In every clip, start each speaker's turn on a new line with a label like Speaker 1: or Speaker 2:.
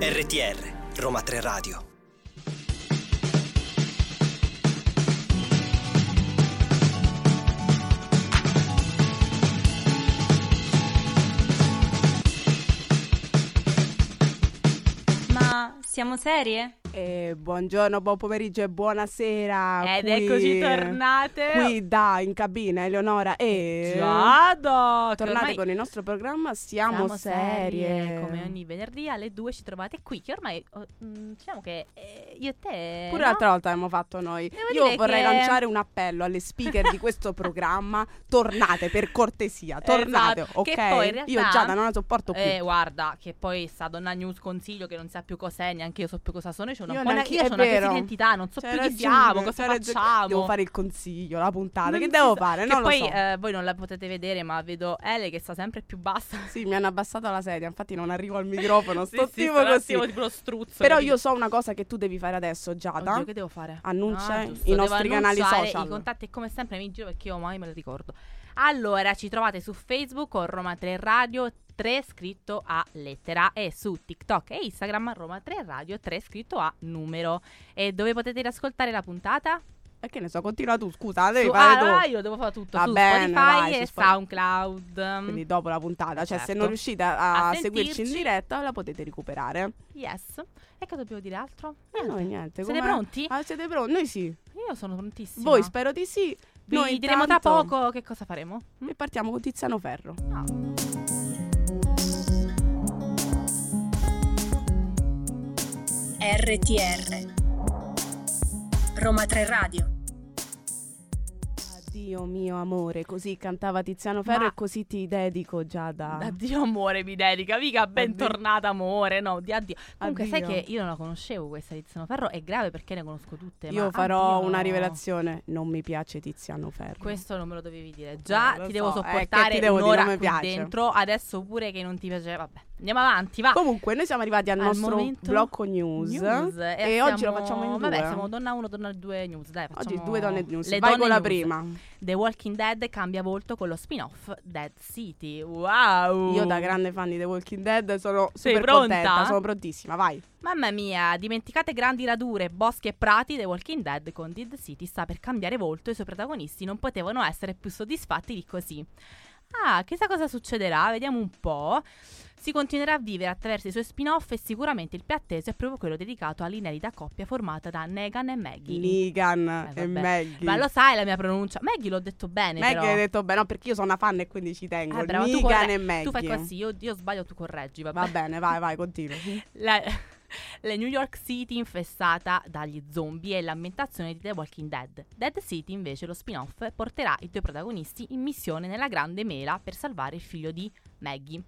Speaker 1: RTR, Roma 3 Radio.
Speaker 2: Ma siamo serie?
Speaker 3: E buongiorno, buon pomeriggio e buonasera.
Speaker 2: Ed
Speaker 3: Ah, qui-
Speaker 2: eccoci tornate.
Speaker 3: Qui da in cabina Eleonora e
Speaker 2: Giada, che
Speaker 3: tornate
Speaker 2: ormai
Speaker 3: con il nostro programma Siamo, serie.
Speaker 2: Come ogni venerdì alle 2 ci trovate qui, che ormai oh, mh, diciamo che eh, io e te...
Speaker 3: Pure
Speaker 2: no?
Speaker 3: l'altra volta abbiamo fatto noi.
Speaker 2: Devo
Speaker 3: Io
Speaker 2: dire
Speaker 3: vorrei
Speaker 2: che-
Speaker 3: lanciare un appello alle speaker di questo programma. Tornate per cortesia, tornate,
Speaker 2: Esatto,
Speaker 3: ok?
Speaker 2: che poi in realtà-
Speaker 3: Io Giada non la sopporto più.
Speaker 2: Eh, guarda, che poi sta donna news consiglio che non sa più cos'è, neanche io so più cosa sono, io sono
Speaker 3: Io
Speaker 2: un po' una,
Speaker 3: neanche-
Speaker 2: io
Speaker 3: è
Speaker 2: sono una crisi
Speaker 3: vero.
Speaker 2: di identità, non so
Speaker 3: C'hai
Speaker 2: più chi
Speaker 3: ragione,
Speaker 2: siamo, cosa
Speaker 3: c'hai ragione.
Speaker 2: facciamo.
Speaker 3: Cioè, Devo fare il consiglio, la puntata.
Speaker 2: Non
Speaker 3: che
Speaker 2: si
Speaker 3: devo
Speaker 2: sa-
Speaker 3: fare?
Speaker 2: Che
Speaker 3: non
Speaker 2: poi
Speaker 3: lo so.
Speaker 2: eh, voi non la potete vedere, ma vedo Ele che sta sempre più bassa.
Speaker 3: Sì, mi hanno abbassato la sedia, infatti non arrivo al microfono,
Speaker 2: Sì,
Speaker 3: sto
Speaker 2: sì,
Speaker 3: tipo
Speaker 2: sto un
Speaker 3: così.
Speaker 2: attimo tipo lo struzzo.
Speaker 3: Però
Speaker 2: capito?
Speaker 3: io so una cosa che tu devi fare adesso, Giada.
Speaker 2: Oddio, che devo fare?
Speaker 3: Annuncia
Speaker 2: Ah,
Speaker 3: i
Speaker 2: giusto, devo
Speaker 3: nostri canali
Speaker 2: annunciare
Speaker 3: social.
Speaker 2: I contatti, come sempre, mi giro perché io mai me lo ricordo. Allora, ci trovate su Facebook con Roma 3 Radio 3 scritto a lettera e su TikTok e Instagram Roma 3 Radio 3 scritto a numero. E dove potete riascoltare la puntata?
Speaker 3: E che ne so, continua tu, scusa, devi
Speaker 2: Su-
Speaker 3: fare
Speaker 2: ah,
Speaker 3: tu.
Speaker 2: allora io devo fare tutto
Speaker 3: Va
Speaker 2: su
Speaker 3: bene,
Speaker 2: Spotify
Speaker 3: vai, su
Speaker 2: e
Speaker 3: Spo-
Speaker 2: SoundCloud.
Speaker 3: Quindi dopo la puntata, cioè se
Speaker 2: Certo.
Speaker 3: non riuscite a,
Speaker 2: A
Speaker 3: a seguirci in
Speaker 2: sentirci.
Speaker 3: diretta la potete recuperare.
Speaker 2: Yes. E cosa dobbiamo dire altro?
Speaker 3: E
Speaker 2: Niente.
Speaker 3: noi niente.
Speaker 2: Certo. Siete
Speaker 3: com'è?
Speaker 2: pronti?
Speaker 3: Ah, siete pronti? Noi sì.
Speaker 2: Io sono prontissima.
Speaker 3: Voi spero di sì.
Speaker 2: Vi
Speaker 3: Noi
Speaker 2: diremo tra
Speaker 3: intanto-
Speaker 2: poco che cosa faremo. Mm?
Speaker 3: E partiamo con Tiziano Ferro.
Speaker 2: Ah.
Speaker 4: RTR Roma 3 Radio
Speaker 3: Addio mio amore, così cantava Tiziano Ferro
Speaker 2: Ma-
Speaker 3: e così ti dedico Giada.
Speaker 2: Addio amore, mi dedica, mica bentornata amore, no, di addio. Comunque
Speaker 3: Addio.
Speaker 2: sai che io non la conoscevo questa Tiziano Ferro, è grave perché ne conosco tutte.
Speaker 3: Io
Speaker 2: ma
Speaker 3: farò
Speaker 2: addio.
Speaker 3: una rivelazione. Non mi piace Tiziano Ferro.
Speaker 2: Questo non me lo dovevi dire. Già
Speaker 3: Eh, lo
Speaker 2: ti devo
Speaker 3: so, eh, che
Speaker 2: sopportare
Speaker 3: ti devo dire,
Speaker 2: un'ora
Speaker 3: non mi
Speaker 2: qui
Speaker 3: piace.
Speaker 2: dentro, adesso pure che non ti piace, vabbè. Andiamo avanti, va.
Speaker 3: Comunque, noi siamo arrivati al,
Speaker 2: Al
Speaker 3: nostro
Speaker 2: momento-
Speaker 3: blocco news.
Speaker 2: e
Speaker 3: E oggi lo
Speaker 2: siamo-
Speaker 3: facciamo in due.
Speaker 2: Vabbè, siamo donna 1, donna 2 news, dai,
Speaker 3: Oggi
Speaker 2: facciamo
Speaker 3: due donne news.
Speaker 2: Le
Speaker 3: Vai
Speaker 2: donne
Speaker 3: con la
Speaker 2: news.
Speaker 3: prima.
Speaker 2: The Walking Dead cambia volto con lo spin-off Dead City. Wow!
Speaker 3: Io da grande fan di The Walking Dead sono
Speaker 2: Mm. Sei
Speaker 3: super
Speaker 2: pronta?
Speaker 3: contenta, sono prontissima, vai.
Speaker 2: Mamma mia, dimenticate grandi radure, boschi e prati, The Walking Dead con Dead City sta per cambiare volto e i suoi protagonisti non potevano essere più soddisfatti di così. Ah, chissà cosa succederà, vediamo un po'. Si continuerà a vivere attraverso i suoi spin-off e sicuramente il più atteso è proprio quello dedicato all'inedita coppia formata da Negan e Maggie.
Speaker 3: Negan e
Speaker 2: Eh, vabbè.
Speaker 3: Maggie.
Speaker 2: Ma lo sai la mia pronuncia? Maggie l'ho detto bene
Speaker 3: Maggie
Speaker 2: però.
Speaker 3: hai detto bene, no, perché io sono una fan e quindi ci tengo.
Speaker 2: Eh, brava, tu
Speaker 3: Negan
Speaker 2: corre-
Speaker 3: e Maggie.
Speaker 2: Tu fai così, io, io sbaglio, tu correggi, vabbè.
Speaker 3: Va bene, vai, vai, continua.
Speaker 2: La, la New York City infestata dagli zombie e l'ambientazione di The Walking Dead. Dead City, invece, lo spin-off, porterà i due protagonisti in missione nella grande mela per salvare il figlio di Maggie.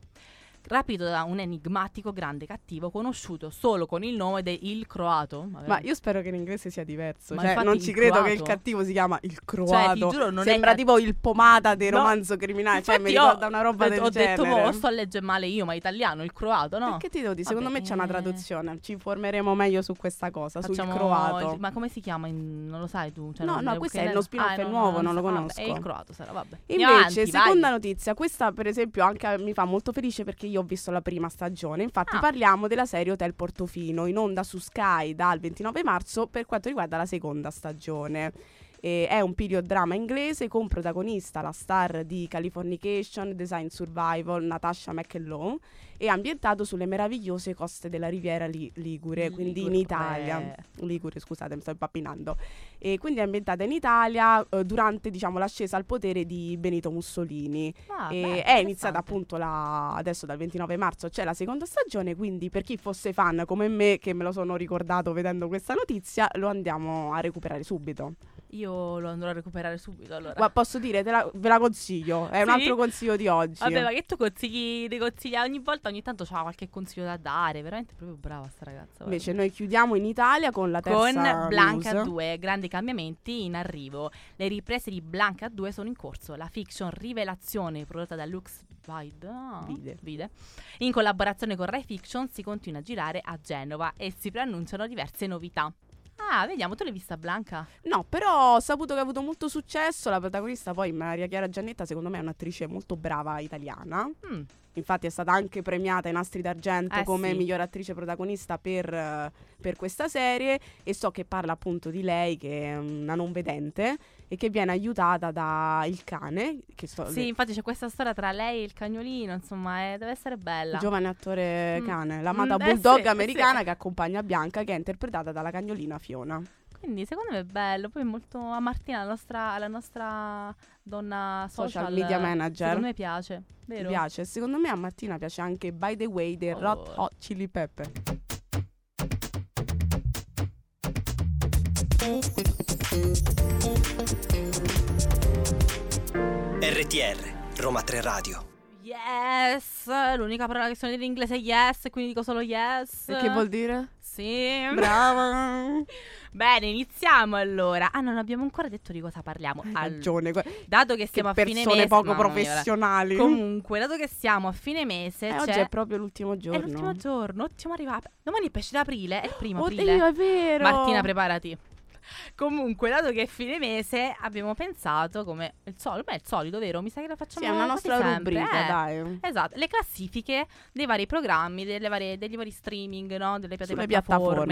Speaker 2: Rapito da un enigmatico grande cattivo conosciuto solo con il nome di Il Croato.
Speaker 3: Ma io spero che in inglese sia diverso.
Speaker 2: Ma
Speaker 3: cioè,
Speaker 2: infatti
Speaker 3: non
Speaker 2: il
Speaker 3: ci credo che il
Speaker 2: croato-
Speaker 3: cattivo si chiama il croato.
Speaker 2: Cioè, ti giuro, non è
Speaker 3: Sembra
Speaker 2: cat-
Speaker 3: tipo il pomata dei
Speaker 2: No.
Speaker 3: romanzo criminale. Cioè, mi
Speaker 2: Infatti io
Speaker 3: ricorda una roba
Speaker 2: ho
Speaker 3: del
Speaker 2: ho
Speaker 3: genere.
Speaker 2: detto, "Mo, sto a leggere male io, ma italiano, il croato, no?
Speaker 3: Perché ti devo dire?
Speaker 2: Vabbè,
Speaker 3: Secondo me c'è una
Speaker 2: eh.
Speaker 3: traduzione. Ci informeremo meglio su questa cosa,
Speaker 2: Facciamo
Speaker 3: sul croato.
Speaker 2: il- Ma come si chiama? in- Non lo sai tu? Cioè,
Speaker 3: No,
Speaker 2: non-
Speaker 3: no,
Speaker 2: The
Speaker 3: questo
Speaker 2: Walking
Speaker 3: è uno
Speaker 2: Dead?
Speaker 3: spin-off, è
Speaker 2: no,
Speaker 3: nuovo, non lo
Speaker 2: so. Vabbè,
Speaker 3: conosco.
Speaker 2: È il croato, sarà, vabbè. Andiamo
Speaker 3: Invece,
Speaker 2: avanti, vai.
Speaker 3: seconda notizia, questa per esempio anche mi fa molto felice perché io ho visto la prima stagione. Infatti,
Speaker 2: Ah.
Speaker 3: parliamo della serie Hotel Portofino in onda su Sky dal 29 marzo per quanto riguarda la seconda stagione. E è un period drama inglese con protagonista la star di Californication, Design Survival, Natasha McElhone e ambientato sulle meravigliose coste della riviera li- Ligure, quindi in
Speaker 2: Ligure,
Speaker 3: Italia.
Speaker 2: eh.
Speaker 3: Ligure, scusate, mi sto impappinando. E quindi è ambientata in Italia eh, durante diciamo, l'ascesa al potere di Benito Mussolini.
Speaker 2: Ah,
Speaker 3: E
Speaker 2: beh,
Speaker 3: è iniziata
Speaker 2: interessante.
Speaker 3: appunto la- adesso dal 29 marzo, c'è la seconda stagione, quindi per chi fosse fan come me, che me lo sono ricordato vedendo questa notizia, lo andiamo a recuperare subito.
Speaker 2: Io lo andrò a recuperare subito allora.
Speaker 3: Ma posso dire, te la- ve la consiglio, è un
Speaker 2: Sì?
Speaker 3: altro consiglio di oggi.
Speaker 2: Vabbè, ma che tu consigli dei consigli ogni volta, ogni tanto c'ha qualche consiglio da dare, veramente proprio brava sta ragazza. guarda.
Speaker 3: Invece noi chiudiamo in Italia con la
Speaker 2: con
Speaker 3: terza
Speaker 2: Blanca
Speaker 3: news.
Speaker 2: 2, grandi cambiamenti in arrivo. Le riprese di Blanca 2 sono in corso. La fiction Rivelazione prodotta da Lux Vide, ah,
Speaker 3: Vide.
Speaker 2: Vide, in collaborazione con Rai Fiction si continua a girare a Genova e si preannunciano diverse novità. Ah, vediamo, tu l'hai vista Blanca?
Speaker 3: No, però ho saputo che ha avuto molto successo. La protagonista poi, Maria Chiara Giannetta, secondo me è un'attrice molto brava italiana.
Speaker 2: Mm,
Speaker 3: Infatti è stata anche premiata in Astri d'Argento
Speaker 2: Eh,
Speaker 3: come
Speaker 2: sì.
Speaker 3: miglior attrice protagonista per, eh, per questa serie e so che parla appunto di lei che è una non vedente e che viene aiutata da il cane, che so,
Speaker 2: Sì, infatti c'è questa storia tra lei e il cagnolino, insomma, eh, deve essere bella.
Speaker 3: il giovane attore
Speaker 2: Mm.
Speaker 3: cane, l'amata
Speaker 2: Mm, eh,
Speaker 3: bulldog
Speaker 2: sì,
Speaker 3: americana
Speaker 2: sì.
Speaker 3: che accompagna Bianca che è interpretata dalla cagnolina Fiona.
Speaker 2: Quindi secondo me è bello. Poi è molto a Martina, la nostra, la nostra donna social,
Speaker 3: Social media manager.
Speaker 2: Secondo me piace,
Speaker 3: Mi
Speaker 2: vero?
Speaker 3: piace, secondo me a Martina piace anche By the Way dei
Speaker 2: Oh.
Speaker 3: Rot Hot Chili Pepper.
Speaker 1: RTR Roma 3 Radio.
Speaker 2: Yes, l'unica parola che so dire in inglese è yes, quindi dico solo yes.
Speaker 3: E Che vuol dire?
Speaker 2: Sì.
Speaker 3: Brava!
Speaker 2: Bene, iniziamo allora. Ah, non abbiamo ancora detto di cosa parliamo.
Speaker 3: Hai
Speaker 2: Allora,
Speaker 3: ragione. guarda-
Speaker 2: dato che
Speaker 3: Eh, Che
Speaker 2: siamo a fine
Speaker 3: persone
Speaker 2: mese,
Speaker 3: poco
Speaker 2: mamma mia, guarda.
Speaker 3: professionali.
Speaker 2: Comunque, dato che siamo a fine mese,
Speaker 3: Eh,
Speaker 2: c'è
Speaker 3: oggi è proprio l'ultimo giorno.
Speaker 2: È l'ultimo giorno, ottimo arrivare. Domani è pesce d'aprile, è il primo aprile.
Speaker 3: Oddio, è vero.
Speaker 2: Martina, preparati. Comunque, dato che è fine mese, abbiamo pensato come il solito, beh, il solito, vero? Mi sa che la
Speaker 3: Sì,
Speaker 2: facciamo
Speaker 3: è una
Speaker 2: quasi
Speaker 3: nostra
Speaker 2: sempre,
Speaker 3: rubrica,
Speaker 2: eh.
Speaker 3: dai.
Speaker 2: Esatto, le classifiche dei vari programmi, delle varie- degli vari streaming, no? Delle
Speaker 3: Sulle
Speaker 2: piattaforme,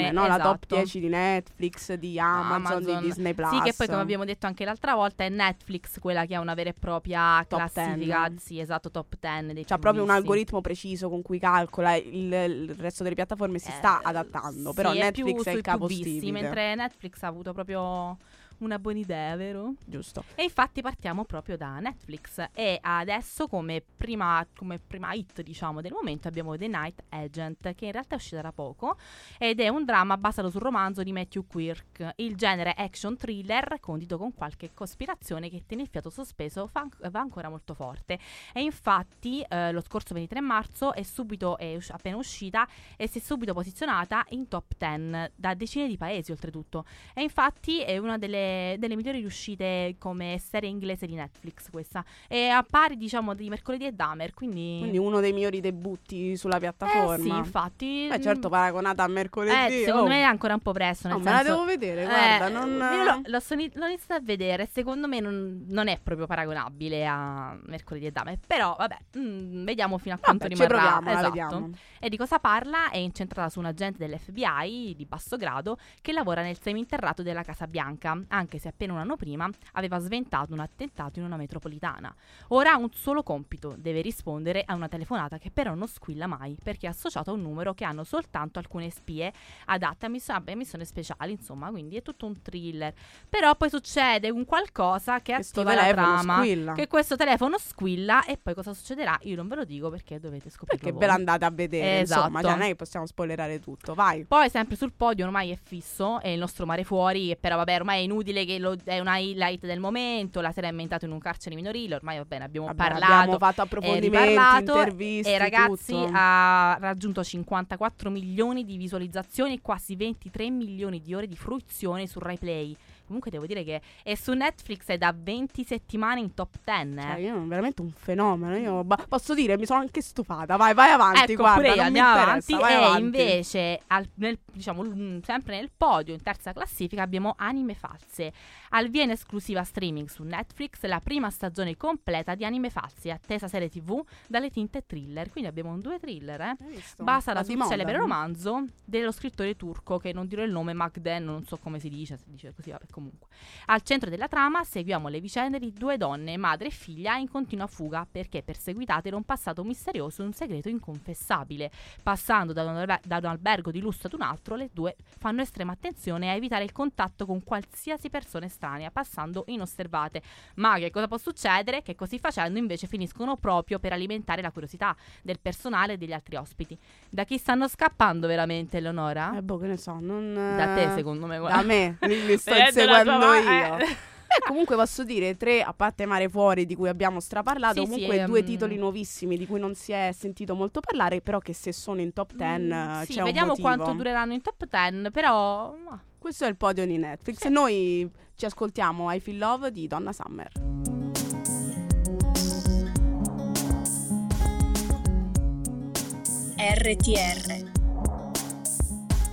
Speaker 3: piattaforme, no? La top
Speaker 2: esatto.
Speaker 3: 10 di Netflix, di Amazon,
Speaker 2: Amazon.
Speaker 3: di Disney Plus.
Speaker 2: Sì, che poi come abbiamo detto anche l'altra volta è Netflix quella che ha una vera e propria
Speaker 3: Top
Speaker 2: classifica,
Speaker 3: 10.
Speaker 2: sì, esatto, top 10 dei
Speaker 3: C'ha proprio un
Speaker 2: algoritmo
Speaker 3: algoritmo preciso con cui calcola il, il resto delle piattaforme si
Speaker 2: Eh,
Speaker 3: sta adattando.
Speaker 2: sì,
Speaker 3: Però
Speaker 2: è più
Speaker 3: Netflix è
Speaker 2: sui
Speaker 3: il capo
Speaker 2: più visti,
Speaker 3: stipite.
Speaker 2: mentre Netflix ha avuto proprio una buona idea, vero?
Speaker 3: Giusto.
Speaker 2: E infatti partiamo proprio da Netflix e adesso come prima, come prima hit diciamo del momento abbiamo The Night Agent che in realtà è uscita da poco ed è un dramma basato sul romanzo di Matthew Quirk, il genere action thriller condito con qualche cospirazione che tiene il fiato sospeso fa- va ancora molto forte e infatti eh, lo scorso 23 marzo è subito è usci- appena uscita e si è subito posizionata in top 10 da decine di paesi oltretutto e infatti è una delle, delle migliori riuscite come serie inglese di Netflix questa. È a pari, diciamo, di Mercoledì e Dahmer, quindi...
Speaker 3: Quindi uno dei migliori debutti sulla
Speaker 2: eh sì,
Speaker 3: piattaforma.
Speaker 2: infatti... Mm.
Speaker 3: Beh, certo, paragonata a mercoledì.
Speaker 2: eh, secondo
Speaker 3: oh.
Speaker 2: me è ancora un po' presto. Nel
Speaker 3: No, me
Speaker 2: senso...
Speaker 3: la devo vedere,
Speaker 2: Eh,
Speaker 3: guarda. non...
Speaker 2: io l'ho, l'ho soni- l'ho iniziata a vedere. Secondo me non, non è proprio paragonabile a Mercoledì e Dahmer. Però, vabbè, mm, vediamo fino a quanto
Speaker 3: Vabbè, ci
Speaker 2: rimarrà.
Speaker 3: proviamo, la
Speaker 2: Esatto.
Speaker 3: vediamo.
Speaker 2: E di cosa parla? È incentrata su un agente dell'FBI di basso grado che lavora nel seminterrato della Casa Bianca, anche se appena un anno prima aveva sventato un attentato in una metropolitana. Ora ha un solo compito, deve rispondere a una telefonata che però non squilla mai perché è associata a un numero che hanno soltanto alcune spie adatte a, miss- a missioni speciali, insomma, quindi è tutto un thriller. Però poi succede un qualcosa che
Speaker 3: Questo
Speaker 2: attiva la
Speaker 3: telefono
Speaker 2: trama.
Speaker 3: squilla.
Speaker 2: Che questo telefono squilla e poi cosa succederà? Io non ve lo dico perché dovete scoprirlo.
Speaker 3: Perché
Speaker 2: voi.
Speaker 3: ve l'andate a vedere,
Speaker 2: boh. Esatto.
Speaker 3: insomma, cioè, non è che possiamo spoilerare tutto, vai.
Speaker 2: Poi sempre sul podio ormai è fisso, è il nostro mare fuori, e però vabbè ormai è inutile che lo- è una highlight del momento, la sera è ambientata in un carcere minorile, ormai va bene, abbiamo
Speaker 3: Vabbè, abbiamo
Speaker 2: parlato.
Speaker 3: fatto
Speaker 2: e
Speaker 3: approfondimenti,
Speaker 2: riparlato
Speaker 3: interviste,
Speaker 2: e ragazzi
Speaker 3: tutto.
Speaker 2: ha raggiunto 54 milioni di visualizzazioni e quasi 23 milioni di ore di fruizione su RaiPlay. Comunque devo dire che è su Netflix è da 20 settimane in top 10. eh.
Speaker 3: Cioè, io veramente un fenomeno, io ba- posso dire, mi sono anche stufata. Vai, vai avanti,
Speaker 2: ecco,
Speaker 3: guarda,
Speaker 2: pure io
Speaker 3: non mi
Speaker 2: andiamo avanti.
Speaker 3: interessa, vai
Speaker 2: e
Speaker 3: avanti.
Speaker 2: invece, al- nel- diciamo, l- sempre nel podio, in terza classifica, abbiamo Anime False. Al via in esclusiva streaming su Netflix la prima stagione completa di Anime False, attesa serie TV dalle tinte thriller. Quindi abbiamo un due thriller, eh.
Speaker 3: Hai visto?
Speaker 2: Basata
Speaker 3: Va
Speaker 2: sul
Speaker 3: di moda.
Speaker 2: celebre romanzo dello scrittore turco che non dirò il nome, Magden, non so come si dice, se dice così, vabbè, comunque. Al centro della trama seguiamo le vicende di due donne, madre e figlia, in continua fuga perché perseguitate da un passato misterioso e un segreto inconfessabile. Passando da un, alber- da un albergo di lusso ad un altro, le due fanno estrema attenzione a evitare il contatto con qualsiasi persona estranea, passando inosservate. Ma che cosa può succedere? Che così facendo invece finiscono proprio per alimentare la curiosità del personale e degli altri ospiti. Da chi stanno scappando veramente, Eleonora?
Speaker 3: Eh, boh, che ne so, non...
Speaker 2: Da te,
Speaker 3: eh,
Speaker 2: secondo me.
Speaker 3: Da
Speaker 2: guarda.
Speaker 3: me, li, li sto
Speaker 2: Vedendo la tua
Speaker 3: inseguendo
Speaker 2: ma-
Speaker 3: io.
Speaker 2: eh.
Speaker 3: Beh, comunque posso dire tre, a parte Mare Fuori di cui abbiamo straparlato,
Speaker 2: Sì,
Speaker 3: comunque
Speaker 2: sì,
Speaker 3: due
Speaker 2: ehm.
Speaker 3: titoli nuovissimi di cui non si è sentito molto parlare, però che se sono in top 10
Speaker 2: Mm,
Speaker 3: eh,
Speaker 2: sì,
Speaker 3: c'è
Speaker 2: vediamo
Speaker 3: un motivo.
Speaker 2: quanto dureranno in top 10, però... ma-
Speaker 3: Questo è il podio di Netflix e noi ci ascoltiamo I Feel Love di Donna Summer.
Speaker 4: RTR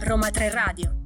Speaker 4: Roma 3 Radio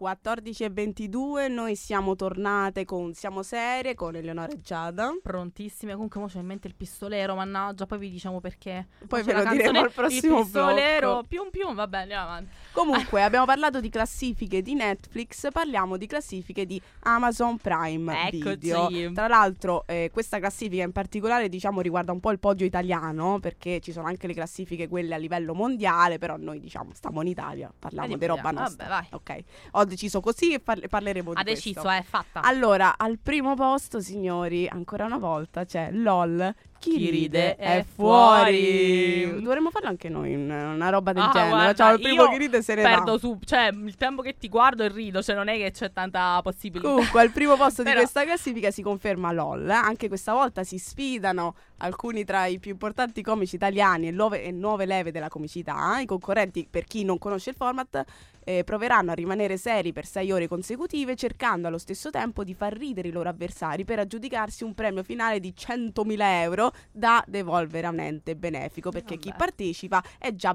Speaker 3: 14.22 noi siamo tornate con Siamo Serie con Eleonora e Giada.
Speaker 2: Prontissime, comunque mo c'ho in mente il pistolero, mannaggia, poi vi diciamo perché.
Speaker 3: Poi
Speaker 2: C'è
Speaker 3: ve
Speaker 2: la
Speaker 3: lo diremo
Speaker 2: canzone,
Speaker 3: al prossimo
Speaker 2: Il pistolero,
Speaker 3: blocco.
Speaker 2: pium pium, vabbè, andiamo avanti.
Speaker 3: Comunque abbiamo parlato di classifiche di Netflix, parliamo di classifiche di Amazon Prime
Speaker 2: Eccoci.
Speaker 3: Video. Tra l'altro eh, questa classifica in particolare diciamo riguarda un po' il podio italiano perché ci sono anche le classifiche quelle a livello mondiale, però noi diciamo stiamo in Italia, parliamo
Speaker 2: Andiamo
Speaker 3: di roba
Speaker 2: via.
Speaker 3: nostra.
Speaker 2: Vabbè, vai.
Speaker 3: Ok. Ho deciso così e parle- parleremo di
Speaker 2: Ha
Speaker 3: questo.
Speaker 2: deciso, eh, è fatta.
Speaker 3: Allora, al primo posto, signori, ancora una volta c'è LOL. Chi,
Speaker 2: Chi ride
Speaker 3: ride
Speaker 2: è
Speaker 3: è
Speaker 2: fuori.
Speaker 3: fuori. Dovremmo farlo anche noi, un- una roba del
Speaker 2: Ah,
Speaker 3: genere.
Speaker 2: guarda,
Speaker 3: Cioè, il primo
Speaker 2: io
Speaker 3: chi ride se ne
Speaker 2: Perdo
Speaker 3: va.
Speaker 2: su, cioè, il tempo che ti guardo e rido, cioè non è che c'è tanta possibilità.
Speaker 3: Comunque, al primo posto di
Speaker 2: Però-
Speaker 3: questa classifica si conferma LOL. eh. Anche questa volta si sfidano alcuni tra i più importanti comici italiani e nuove, e nuove leve della comicità. I concorrenti, per chi non conosce il format, eh, proveranno a rimanere seri per sei ore consecutive, cercando allo stesso tempo di far ridere i loro avversari per aggiudicarsi un premio finale di 100.000 euro da devolvere a un ente benefico. Perché chi
Speaker 2: Vabbè.
Speaker 3: partecipa è già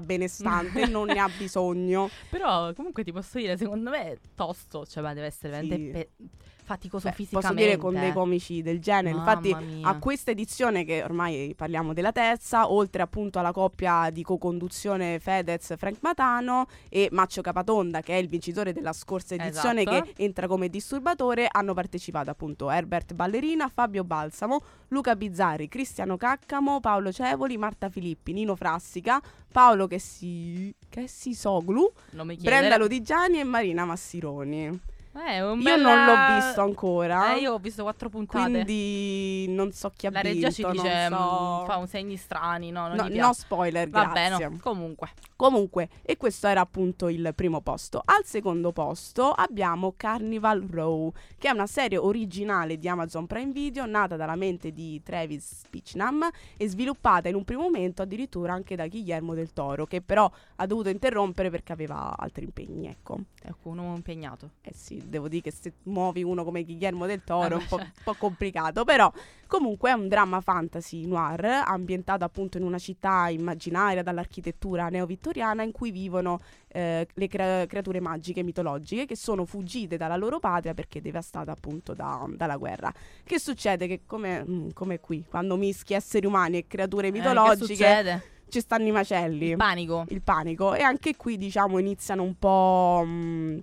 Speaker 3: benestante e non ne ha bisogno.
Speaker 2: Però comunque ti posso dire, secondo me è tosto, cioè ma deve essere veramente
Speaker 3: Sì.
Speaker 2: pe- faticoso
Speaker 3: Beh,
Speaker 2: fisicamente.
Speaker 3: posso dire con dei comici del genere. Infatti,
Speaker 2: Mamma mia.
Speaker 3: a questa edizione che ormai parliamo della terza, oltre appunto alla coppia di co-conduzione Fedez Frank Matano e Maccio Capatonda che è il vincitore della scorsa edizione
Speaker 2: Esatto.
Speaker 3: che entra come disturbatore, hanno partecipato appunto Herbert Ballerina, Fabio Balsamo, Luca Bizzarri, Cristiano Caccamo, Paolo Cevoli, Marta Filippi, Nino Frassica, Paolo Chessi... Chessisoglu,
Speaker 2: non mi chiedere.
Speaker 3: Brenda Lodigiani e Marina Massironi.
Speaker 2: Eh, è un
Speaker 3: Io
Speaker 2: bella-
Speaker 3: non l'ho visto ancora.
Speaker 2: Eh, io ho visto quattro puntate.
Speaker 3: Quindi non so chi ha
Speaker 2: La
Speaker 3: vinto.
Speaker 2: regia ci
Speaker 3: non
Speaker 2: dice,
Speaker 3: so.
Speaker 2: mm, fa un segni strani, no, non
Speaker 3: No,
Speaker 2: gli
Speaker 3: no
Speaker 2: piace.
Speaker 3: spoiler,
Speaker 2: Vabbè,
Speaker 3: grazie.
Speaker 2: no, comunque.
Speaker 3: Comunque, e questo era appunto il primo posto. Al secondo posto abbiamo Carnival Row, che è una serie originale di Amazon Prime Video, nata dalla mente di Travis Pichnam e sviluppata in un primo momento addirittura anche da Guillermo del Toro, che però ha dovuto interrompere perché aveva altri impegni, ecco.
Speaker 2: Ecco, un uomo impegnato.
Speaker 3: Eh sì, devo dire che se muovi uno come Guillermo del Toro è un po',
Speaker 2: cioè.
Speaker 3: un po' complicato, però comunque è un dramma fantasy noir ambientato appunto in una città immaginaria dall'architettura neovittoriana in cui vivono eh, le crea- creature magiche mitologiche che sono fuggite dalla loro patria perché devastata appunto da- dalla guerra. Che succede? Che come, mm, come qui, quando mischi esseri umani e creature
Speaker 2: Eh, che
Speaker 3: mitologiche
Speaker 2: succede?
Speaker 3: ci stanno i macelli
Speaker 2: Il panico.
Speaker 3: il panico e anche qui diciamo iniziano un po' mh,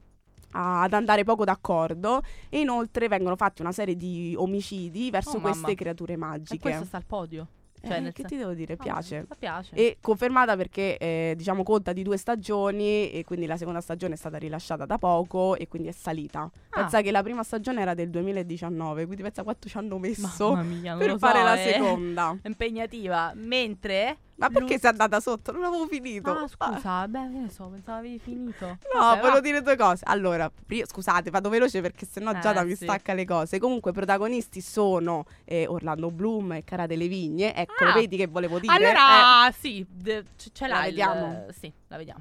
Speaker 3: a- ad andare poco d'accordo e inoltre vengono fatti una serie di omicidi verso
Speaker 2: Oh, mamma.
Speaker 3: queste creature
Speaker 2: E
Speaker 3: magiche.
Speaker 2: questo sta al podio. cioè,
Speaker 3: Eh,
Speaker 2: nel
Speaker 3: che
Speaker 2: sen-
Speaker 3: ti devo dire, piace.
Speaker 2: Ah, piace.
Speaker 3: E confermata perché eh, diciamo conta di due stagioni e quindi la seconda stagione è stata rilasciata da poco e quindi è salita.
Speaker 2: Ah.
Speaker 3: Pensa che la prima stagione era del 2019, quindi pensa quanto ci hanno messo
Speaker 2: Mamma mia, non
Speaker 3: per
Speaker 2: lo
Speaker 3: fare
Speaker 2: so,
Speaker 3: la
Speaker 2: eh.
Speaker 3: seconda.
Speaker 2: È impegnativa. Mentre.
Speaker 3: Ma perché
Speaker 2: l'ul-
Speaker 3: sei andata sotto? Non avevo finito.
Speaker 2: Ah, scusa, beh, che ne so, pensavo avevi finito.
Speaker 3: No, volevo dire due cose. Allora, pri- scusate, vado veloce perché sennò
Speaker 2: Eh,
Speaker 3: Giada mi
Speaker 2: sì.
Speaker 3: stacca le cose. Comunque, i protagonisti sono eh, Orlando Bloom e Cara delle Vigne. Ecco,
Speaker 2: Ah.
Speaker 3: vedi che volevo dire. Eh,
Speaker 2: Allora, sì, de- c- ce
Speaker 3: La
Speaker 2: l'ha il-
Speaker 3: vediamo?
Speaker 2: Sì, la vediamo.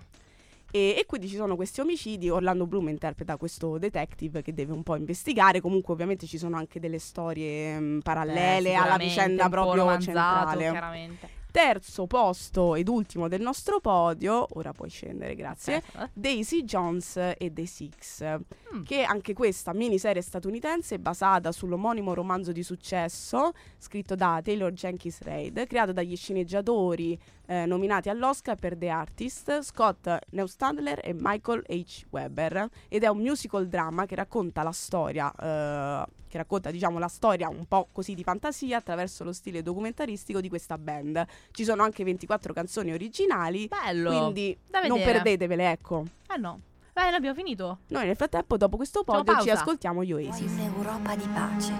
Speaker 3: e, e quindi ci sono questi omicidi. Orlando Bloom interpreta questo detective che deve un po' investigare. Comunque, ovviamente, ci sono anche delle storie mh, parallele
Speaker 2: Beh,
Speaker 3: alla
Speaker 2: Eh, sicuramente,
Speaker 3: vicenda
Speaker 2: un po'
Speaker 3: proprio
Speaker 2: romanzato,
Speaker 3: centrale.
Speaker 2: chiaramente.
Speaker 3: Terzo posto ed ultimo del nostro podio. Ora puoi scendere, grazie.
Speaker 2: Certo.
Speaker 3: Daisy Jones e The Six,
Speaker 2: Mm.
Speaker 3: che è anche questa miniserie statunitense è basata sull'omonimo romanzo di successo scritto da Taylor Jenkins Reid, creato dagli sceneggiatori eh, nominati all'Oscar per The Artist, Scott Neustadler e Michael H. Weber, ed è un musical drama che racconta la storia eh, che racconta diciamo la storia un po' così di fantasia attraverso lo stile documentaristico di questa band. Ci sono anche 24 canzoni originali,
Speaker 2: Bello.
Speaker 3: quindi
Speaker 2: da
Speaker 3: non
Speaker 2: vedere.
Speaker 3: perdetevele, ecco.
Speaker 2: Ah no. Beh, noi abbiamo finito.
Speaker 3: Noi nel frattempo, dopo questo podio, ci
Speaker 2: pausa.
Speaker 3: ascoltiamo gli Oasis.
Speaker 5: Vuoi un'Europa di pace.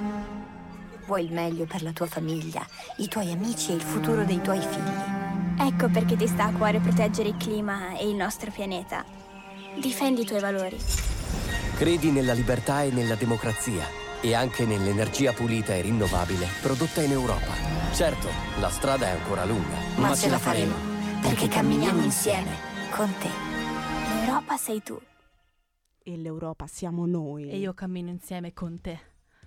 Speaker 5: Vuoi il meglio per la tua famiglia, i tuoi amici e il futuro dei tuoi figli.
Speaker 6: Ecco perché ti sta a cuore proteggere il clima e il nostro pianeta. Difendi i tuoi valori.
Speaker 1: Credi nella libertà e nella democrazia e anche nell'energia pulita e rinnovabile prodotta in Europa. Certo, la strada è ancora lunga,
Speaker 5: Ma, ce la faremo, perché camminiamo insieme, con te.
Speaker 6: L'Europa sei tu.
Speaker 3: E l'Europa siamo noi.
Speaker 2: E io cammino insieme con te.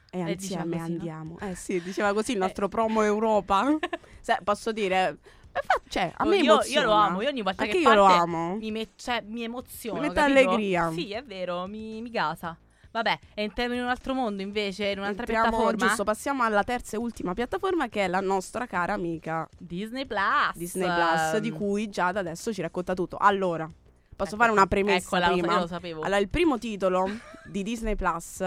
Speaker 3: e
Speaker 2: Eh, diceva
Speaker 3: insieme
Speaker 2: così, no?
Speaker 3: andiamo. Eh sì, diceva così il nostro promo Europa. Se- posso dire, eh, fa- cioè, a
Speaker 2: Oh,
Speaker 3: me
Speaker 2: io, io
Speaker 3: emoziona.
Speaker 2: lo amo, io ogni volta
Speaker 3: Anche
Speaker 2: che
Speaker 3: io lo
Speaker 2: parte
Speaker 3: amo.
Speaker 2: mi, me- cioè, mi emoziono.
Speaker 3: Mi mette
Speaker 2: capito?
Speaker 3: allegria.
Speaker 2: Sì, è vero, mi, mi gasa. Vabbè, entriamo in un altro mondo invece, in un'altra
Speaker 3: Entriamo-
Speaker 2: piattaforma.
Speaker 3: Giusto, passiamo alla terza e ultima piattaforma che è la nostra cara amica
Speaker 2: Disney Plus. Ehm,
Speaker 3: Disney Plus, di cui già da adesso ci racconta tutto. Allora, posso
Speaker 2: Ecco,
Speaker 3: fare una premessa
Speaker 2: eccola, lo so-
Speaker 3: prima?
Speaker 2: io lo sapevo.
Speaker 3: Esatto. Allora, il primo titolo di Disney Plus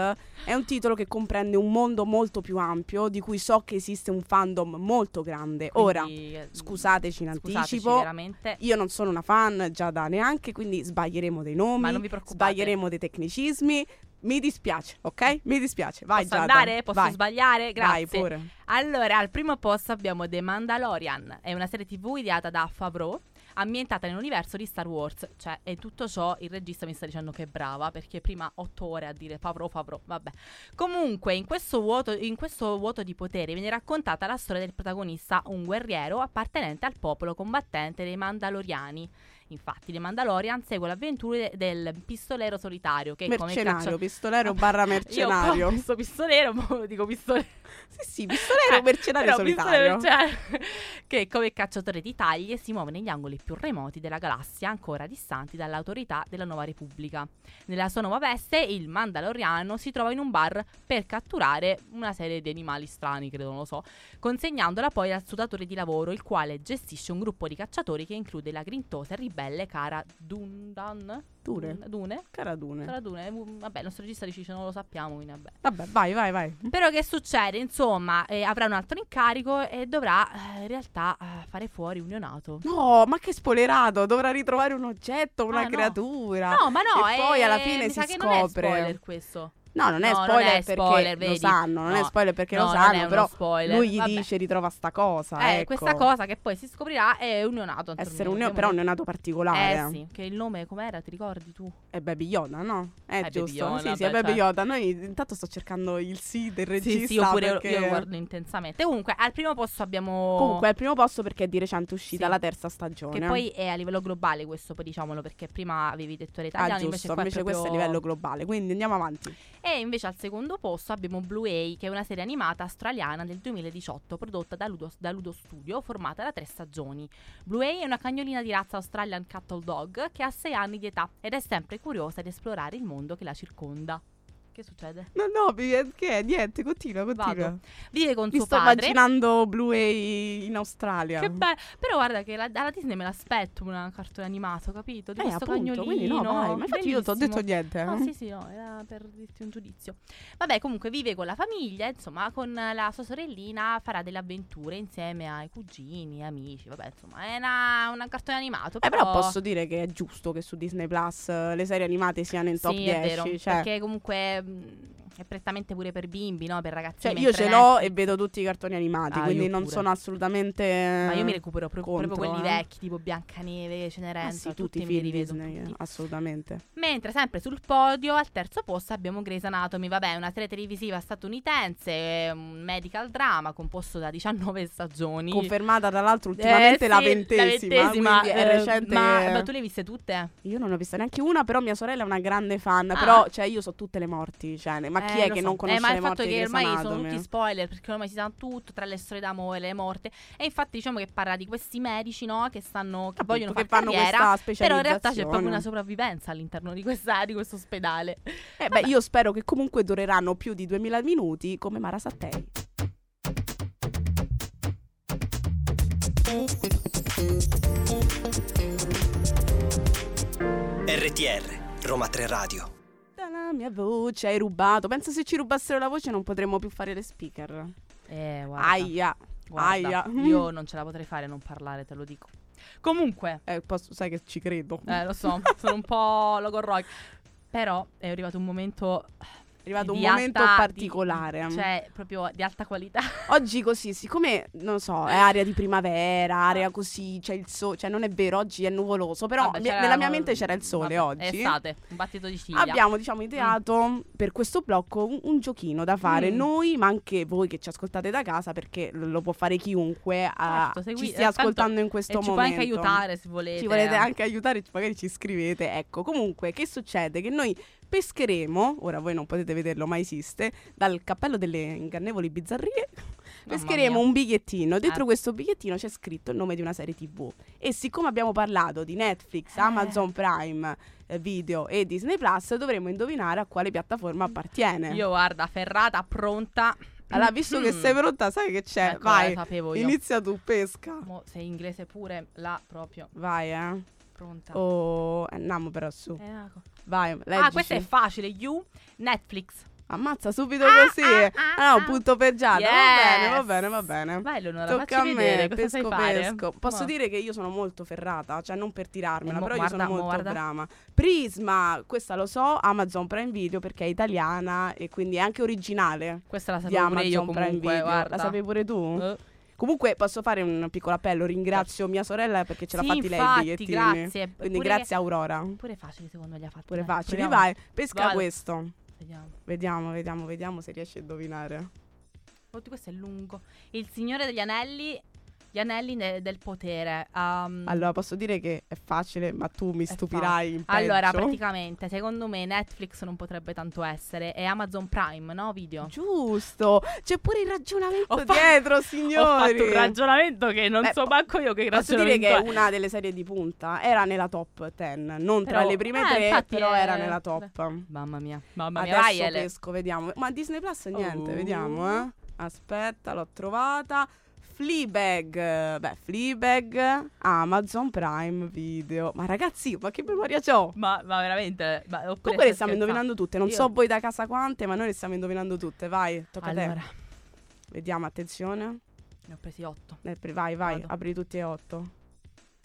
Speaker 3: è un titolo che comprende un mondo molto più ampio, di cui so che esiste un fandom molto grande. Ora,
Speaker 2: Quindi, eh,
Speaker 3: scusateci in
Speaker 2: scusateci
Speaker 3: anticipo.
Speaker 2: veramente.
Speaker 3: Io non sono una fan già da neanche, quindi sbaglieremo dei nomi,
Speaker 2: Ma non vi preoccupate.
Speaker 3: sbaglieremo dei tecnicismi. Mi dispiace, ok? Mi dispiace. Vai,
Speaker 2: Posso
Speaker 3: Giada,
Speaker 2: andare? Posso
Speaker 3: vai.
Speaker 2: sbagliare? Grazie.
Speaker 3: Vai pure.
Speaker 2: Allora, al primo posto abbiamo The Mandalorian, è una serie tv ideata da Favreau, ambientata nell'universo di Star Wars, cioè e tutto ciò il regista mi sta dicendo che è brava, perché prima otto ore a dire Favreau, Favreau, vabbè. Comunque, in questo, vuoto, in questo vuoto di potere viene raccontata la storia del protagonista, un guerriero appartenente al popolo combattente dei Mandaloriani. Infatti, The Mandalorian segue le avventure del pistolero solitario, che come
Speaker 3: Mercenario,
Speaker 2: caccia-
Speaker 3: pistolero barra
Speaker 2: Io
Speaker 3: mercenario.
Speaker 2: ho questo pistolero, mo dico pistolero.
Speaker 3: Sì, sì, pistolero
Speaker 2: Eh,
Speaker 3: mercenario
Speaker 2: però
Speaker 3: solitario.
Speaker 2: pistolero mercenario, che come cacciatore di taglie si muove negli angoli più remoti della galassia ancora distanti dall'autorità della Nuova Repubblica. Nella sua nuova veste, il Mandaloriano si trova in un bar per catturare una serie di animali strani, credo non lo so, consegnandola poi al suo datore di lavoro, il quale gestisce un gruppo di cacciatori che include la grintosa e ribelle cara Dundan
Speaker 3: Dune.
Speaker 2: Dune?
Speaker 3: Caradune.
Speaker 2: Cara Dune, eh, vabbè, il nostro regista dice che non lo sappiamo, quindi vabbè.
Speaker 3: Vabbè, vai, vai, vai.
Speaker 2: Però che succede? Insomma, eh, avrà un altro incarico e dovrà eh, in realtà eh, fare fuori un neonato.
Speaker 3: No, ma che spoilerato! Dovrà ritrovare un oggetto, una
Speaker 2: Ah, no.
Speaker 3: creatura.
Speaker 2: No, ma no,
Speaker 3: Cioè, E poi
Speaker 2: eh,
Speaker 3: alla fine
Speaker 2: mi
Speaker 3: si
Speaker 2: sa che non è
Speaker 3: scopre.
Speaker 2: spoiler questo.
Speaker 3: No, non è
Speaker 2: No, non
Speaker 3: spoiler
Speaker 2: è
Speaker 3: perché
Speaker 2: spoiler,
Speaker 3: lo
Speaker 2: vedi?
Speaker 3: sanno, non è
Speaker 2: No,
Speaker 3: spoiler perché
Speaker 2: no,
Speaker 3: lo
Speaker 2: non è
Speaker 3: sanno,
Speaker 2: uno
Speaker 3: però
Speaker 2: spoiler.
Speaker 3: lui gli
Speaker 2: Vabbè.
Speaker 3: dice ritrova sta cosa,
Speaker 2: Eh,
Speaker 3: ecco.
Speaker 2: questa cosa che poi si scoprirà è un neonato. Antonino,
Speaker 3: Essere un neo,
Speaker 2: abbiamo
Speaker 3: però un neonato
Speaker 2: detto.
Speaker 3: particolare.
Speaker 2: Eh sì, che il nome com'era, ti ricordi tu?
Speaker 3: È Baby Yoda, no? È,
Speaker 2: Baby
Speaker 3: giusto.
Speaker 2: Yoda,
Speaker 3: sì, sì,
Speaker 2: beh,
Speaker 3: è Baby
Speaker 2: cioè.
Speaker 3: Yoda. Noi intanto sto cercando il sì del regista
Speaker 2: sì, sì, oppure
Speaker 3: perché...
Speaker 2: io lo guardo intensamente. Comunque, al primo posto abbiamo...
Speaker 3: Comunque è al primo posto perché è di recente uscita
Speaker 2: Sì.
Speaker 3: la terza stagione. Ah,
Speaker 2: Che poi è a livello globale questo, poi diciamolo, perché prima avevi detto l'italiano,
Speaker 3: Ah, giusto,
Speaker 2: invece qua
Speaker 3: invece,
Speaker 2: è proprio...
Speaker 3: questo è a livello globale, quindi andiamo avanti.
Speaker 2: E invece al secondo posto abbiamo Blue Eye, che è una serie animata australiana del 2018 prodotta da Ludo, da Ludo Studio, formata da tre stagioni. Blue Eye è una cagnolina di razza Australian Cattle Dog che ha 6 anni di età ed è sempre curiosa di esplorare il mondo che la circonda. Che succede?
Speaker 3: No, no, mi- che è? Niente, continua, continua.
Speaker 2: Vado. Vive con
Speaker 3: Mi
Speaker 2: suo
Speaker 3: sto
Speaker 2: padre.
Speaker 3: immaginando Blue Eye in Australia.
Speaker 2: Che bello! Però guarda che la, alla Disney me l'aspetto un cartone animato, capito? Di
Speaker 3: Eh,
Speaker 2: questo
Speaker 3: appunto, quindi no,
Speaker 2: cagnolino.
Speaker 3: vai. Ma infatti io non ti ho
Speaker 2: bellissimo. Ah,
Speaker 3: detto niente.
Speaker 2: No,
Speaker 3: eh.
Speaker 2: sì, sì, no, era per dirti un giudizio. Vabbè, comunque vive con la famiglia, insomma, con la sua sorellina farà delle avventure insieme ai cugini, amici, vabbè, insomma, è una, una cartone animato.
Speaker 3: Eh,
Speaker 2: Però,
Speaker 3: però posso dire che è giusto che su Disney Plus eh, le serie animate siano in
Speaker 2: sì,
Speaker 3: top
Speaker 2: è
Speaker 3: 10.
Speaker 2: vero,
Speaker 3: cioè,
Speaker 2: perché comunque mh, è prettamente pure per bimbi, no? Per ragazzini.
Speaker 3: cioè, io ce
Speaker 2: mentre
Speaker 3: l'ho
Speaker 2: Netflix-
Speaker 3: e vedo tutti i cartoni animati,
Speaker 2: Ah,
Speaker 3: quindi
Speaker 2: io
Speaker 3: non
Speaker 2: pure.
Speaker 3: sono assolutamente.
Speaker 2: Ma io mi recupero pro- proprio,
Speaker 3: eh, contro,
Speaker 2: quelli
Speaker 3: eh.
Speaker 2: vecchi, tipo Biancaneve, Cenerentola,
Speaker 3: Ah, sì, tutti
Speaker 2: cioè, tutti,
Speaker 3: i
Speaker 2: me li
Speaker 3: film
Speaker 2: rivedo
Speaker 3: Disney, eh,
Speaker 2: tutti.
Speaker 3: assolutamente.
Speaker 2: Mentre sempre sul podio, al terzo posto, abbiamo Grey's Anatomy, vabbè, una serie televisiva statunitense, eh, un medical drama composto da 19 stagioni.
Speaker 3: Confermata tra l'altro
Speaker 2: Eh,
Speaker 3: ultimamente
Speaker 2: sì,
Speaker 3: la ventesima,
Speaker 2: ventesima,
Speaker 3: quindi è
Speaker 2: eh,
Speaker 3: recente.
Speaker 2: Ma, ma tu le hai viste tutte?
Speaker 3: Io non ne ho vista neanche una, però mia sorella è una grande fan.
Speaker 2: Ah.
Speaker 3: Però, cioè, io so tutte le morti. Cioè, ne- ma chi
Speaker 2: Eh,
Speaker 3: è
Speaker 2: lo
Speaker 3: che
Speaker 2: so.
Speaker 3: non conosce
Speaker 2: Eh, ma
Speaker 3: le
Speaker 2: il fatto
Speaker 3: morti
Speaker 2: è
Speaker 3: di
Speaker 2: che
Speaker 3: Grey's
Speaker 2: ormai sono
Speaker 3: Anatomy?
Speaker 2: tutti spoiler, perché ormai si sa tutto, tra le storie d'amore, le morte. E infatti diciamo che parla di questi medici, no? Che stanno, che
Speaker 3: Appunto,
Speaker 2: vogliono
Speaker 3: che
Speaker 2: fare
Speaker 3: fanno
Speaker 2: carriera.
Speaker 3: questa
Speaker 2: Però in
Speaker 3: specializzazione.
Speaker 2: realtà c'è proprio una sopravvivenza all'interno di, questa, di questo ospedale.
Speaker 3: Eh beh, io spero che comunque dureranno più di 2000 minuti come Mara Sattei.
Speaker 1: RTR, Roma 3 Radio.
Speaker 3: La mia voce hai rubato. Pensa se ci rubassero la voce non potremmo più fare le speaker.
Speaker 2: Eh, guarda.
Speaker 3: Aia.
Speaker 2: Guarda,
Speaker 3: Aia.
Speaker 2: io non ce la potrei fare a non parlare, te lo dico. Comunque,
Speaker 3: Eh, posso- sai che ci credo.
Speaker 2: eh, lo so, sono un po' logorroic. Però è arrivato un momento.
Speaker 3: è arrivato un
Speaker 2: di
Speaker 3: momento
Speaker 2: alta-
Speaker 3: particolare.
Speaker 2: di- cioè, proprio di alta qualità.
Speaker 3: Oggi così, siccome, non so, è aria di primavera,
Speaker 2: Ah.
Speaker 3: aria così, c'è il sole, cioè non è vero, oggi è nuvoloso, però
Speaker 2: Vabbè,
Speaker 3: mi-
Speaker 2: c'era-
Speaker 3: nella mia mente c'era il sole
Speaker 2: vabbè,
Speaker 3: oggi.
Speaker 2: È estate, un battito di ciglia.
Speaker 3: Abbiamo, diciamo, ideato per questo blocco un, un giochino da fare
Speaker 2: Mm.
Speaker 3: noi, ma anche voi che ci ascoltate da casa, perché l- lo può fare chiunque ah,
Speaker 2: Certo, segui-
Speaker 3: ci stia
Speaker 2: eh, tanto-
Speaker 3: ascoltando in
Speaker 2: e
Speaker 3: questo
Speaker 2: ci può
Speaker 3: momento.
Speaker 2: anche aiutare se volete. eh.
Speaker 3: Ci volete anche aiutare, ci- magari ci scrivete. Ecco, comunque, che succede? Che noi pescheremo, ora voi non potete vederlo ma esiste, dal cappello delle ingannevoli bizzarrie, pescheremo
Speaker 2: mia.
Speaker 3: un bigliettino. Dentro
Speaker 2: Eh.
Speaker 3: questo bigliettino c'è scritto il nome di una serie tv. E siccome abbiamo parlato di Netflix,
Speaker 2: Eh.
Speaker 3: Amazon Prime eh, Video e Disney Plus, dovremo indovinare a quale piattaforma appartiene.
Speaker 2: Io guarda, ferrata, pronta.
Speaker 3: Allora, visto che
Speaker 2: Mm.
Speaker 3: sei pronta, sai che c'è?
Speaker 2: Ecco,
Speaker 3: Vai,
Speaker 2: la sapevo io.
Speaker 3: inizia tu, pesca.
Speaker 2: Mo, sei inglese pure, là proprio
Speaker 3: Vai, eh.
Speaker 2: pronta.
Speaker 3: Oh, andiamo però su.
Speaker 2: Eh, ecco.
Speaker 3: Vai,
Speaker 2: ah,
Speaker 3: leggici.
Speaker 2: questa è facile. You, Netflix.
Speaker 3: Ammazza subito
Speaker 2: Ah,
Speaker 3: così.
Speaker 2: ah, ah,
Speaker 3: Ah, no,
Speaker 2: ah.
Speaker 3: punto per Giada.
Speaker 2: Yes.
Speaker 3: Va bene, va bene, va bene.
Speaker 2: Vai, Leonora,
Speaker 3: Tocca a
Speaker 2: facci
Speaker 3: me,
Speaker 2: vedere cosa sai
Speaker 3: pesco
Speaker 2: fare.
Speaker 3: pesco. Posso
Speaker 2: Ma-
Speaker 3: dire che io sono molto ferrata, cioè non per tirarmela,
Speaker 2: Eh, mo
Speaker 3: però io
Speaker 2: guarda,
Speaker 3: sono
Speaker 2: mo
Speaker 3: molto
Speaker 2: guarda.
Speaker 3: brava. Prisma, questa lo so, Amazon Prime Video perché è italiana e quindi è anche originale.
Speaker 2: Questa la
Speaker 3: Di
Speaker 2: sapevo pure
Speaker 3: Amazon
Speaker 2: io
Speaker 3: Prime
Speaker 2: comunque,
Speaker 3: Video.
Speaker 2: guarda.
Speaker 3: La sapevi pure tu?
Speaker 2: Eh.
Speaker 3: Comunque posso fare un piccolo appello, ringrazio mia sorella perché ce l'ha
Speaker 2: Sì,
Speaker 3: fatti
Speaker 2: infatti,
Speaker 3: lei i bigliettini.
Speaker 2: grazie.
Speaker 3: Quindi
Speaker 2: Pure-
Speaker 3: grazie Aurora.
Speaker 2: Pure facile secondo me li ha fatti.
Speaker 3: Pure
Speaker 2: dai.
Speaker 3: facile,
Speaker 2: Proviamo.
Speaker 3: vai, pesca
Speaker 2: Vado.
Speaker 3: questo.
Speaker 2: Vediamo.
Speaker 3: Vediamo, vediamo, vediamo se riesci a indovinare.
Speaker 2: Oddio, questo è lungo. Il Signore degli Anelli, gli Anelli ne- del Potere. Um,
Speaker 3: Allora, posso dire che è facile, ma tu mi
Speaker 2: fa-
Speaker 3: stupirai in peggio.
Speaker 2: allora, praticamente, secondo me Netflix non potrebbe tanto essere, è Amazon Prime, no? Video.
Speaker 3: Giusto, c'è pure il ragionamento
Speaker 2: Ho fa-
Speaker 3: dietro,
Speaker 2: Ho
Speaker 3: signori.
Speaker 2: fatto un ragionamento che non
Speaker 3: Beh,
Speaker 2: so manco io che
Speaker 3: Posso dire
Speaker 2: ragionamento
Speaker 3: che è
Speaker 2: è.
Speaker 3: una delle serie di punta era nella top 10, non tra
Speaker 2: Però-
Speaker 3: le prime
Speaker 2: eh,
Speaker 3: tre,
Speaker 2: infatti
Speaker 3: però
Speaker 2: è-
Speaker 3: era nella top.
Speaker 2: Mamma mia, mamma mia,
Speaker 3: Adesso
Speaker 2: vai Ele.
Speaker 3: pesco, vediamo. Ma Disney Plus niente,
Speaker 2: Oh.
Speaker 3: vediamo, eh. Aspetta, l'ho trovata. Fleabag, beh, Fleabag, Amazon Prime Video. Ma ragazzi, ma che memoria c'ho?
Speaker 2: Ma, ma veramente, ma, oppure
Speaker 3: Comunque
Speaker 2: stai
Speaker 3: le stiamo
Speaker 2: scherzando?
Speaker 3: indovinando tutte, non
Speaker 2: Io-
Speaker 3: so voi da casa quante, ma noi le stiamo indovinando tutte. Vai, tocca a
Speaker 2: Allora,
Speaker 3: te. Vediamo, attenzione.
Speaker 2: ne ho presi otto.
Speaker 3: Eh, pri- Vai, vai,
Speaker 2: Vado.
Speaker 3: apri tutti e otto.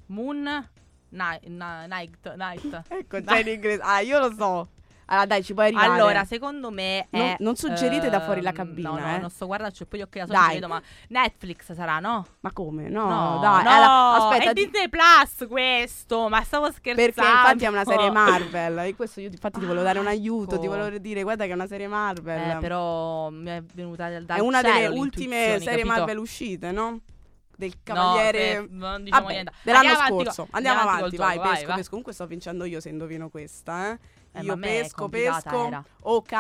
Speaker 2: Moon, Night, Night, Night.
Speaker 3: Ecco, già
Speaker 2: Dai.
Speaker 3: in inglese. Ah, io lo so. Allora, dai, ci puoi arrivare.
Speaker 2: Allora, secondo me è,
Speaker 3: Non- non suggerite da fuori la
Speaker 2: ehm,
Speaker 3: cabina,
Speaker 2: No, no,
Speaker 3: eh.
Speaker 2: non sto guardando, c'ho poi gli occhi da solo,
Speaker 3: Dai.
Speaker 2: non ci vedo, ma Netflix sarà, no?
Speaker 3: Ma come? No, dai.
Speaker 2: no,
Speaker 3: allora, aspetta,
Speaker 2: è
Speaker 3: ti-
Speaker 2: Disney Plus questo, ma stavo scherzando. Eh,
Speaker 3: perché infatti è una serie Marvel. E questo io infatti ti volevo dare un
Speaker 2: Ah,
Speaker 3: aiuto, ti
Speaker 2: ecco.
Speaker 3: volevo dire guarda che è una serie Marvel.
Speaker 2: Eh, però mi è venuta dal dal
Speaker 3: è una
Speaker 2: cielo
Speaker 3: delle ultime
Speaker 2: l'intuizione,
Speaker 3: serie
Speaker 2: capito?
Speaker 3: Marvel uscite, no? Del
Speaker 2: No,
Speaker 3: Cavaliere
Speaker 2: se- non diciamo
Speaker 3: Vabbè,
Speaker 2: niente.
Speaker 3: dell'anno
Speaker 2: Andiamo avanti
Speaker 3: scorso.
Speaker 2: co-
Speaker 3: Andiamo avanti,
Speaker 2: col
Speaker 3: vai,
Speaker 2: gioco,
Speaker 3: pesco,
Speaker 2: vai.
Speaker 3: pesco. Comunque sto vincendo io se indovino questa, eh.
Speaker 2: Eh, ma a
Speaker 3: io
Speaker 2: me è
Speaker 3: pesco,
Speaker 2: complicata,
Speaker 3: pesco.
Speaker 2: era.
Speaker 3: Ok.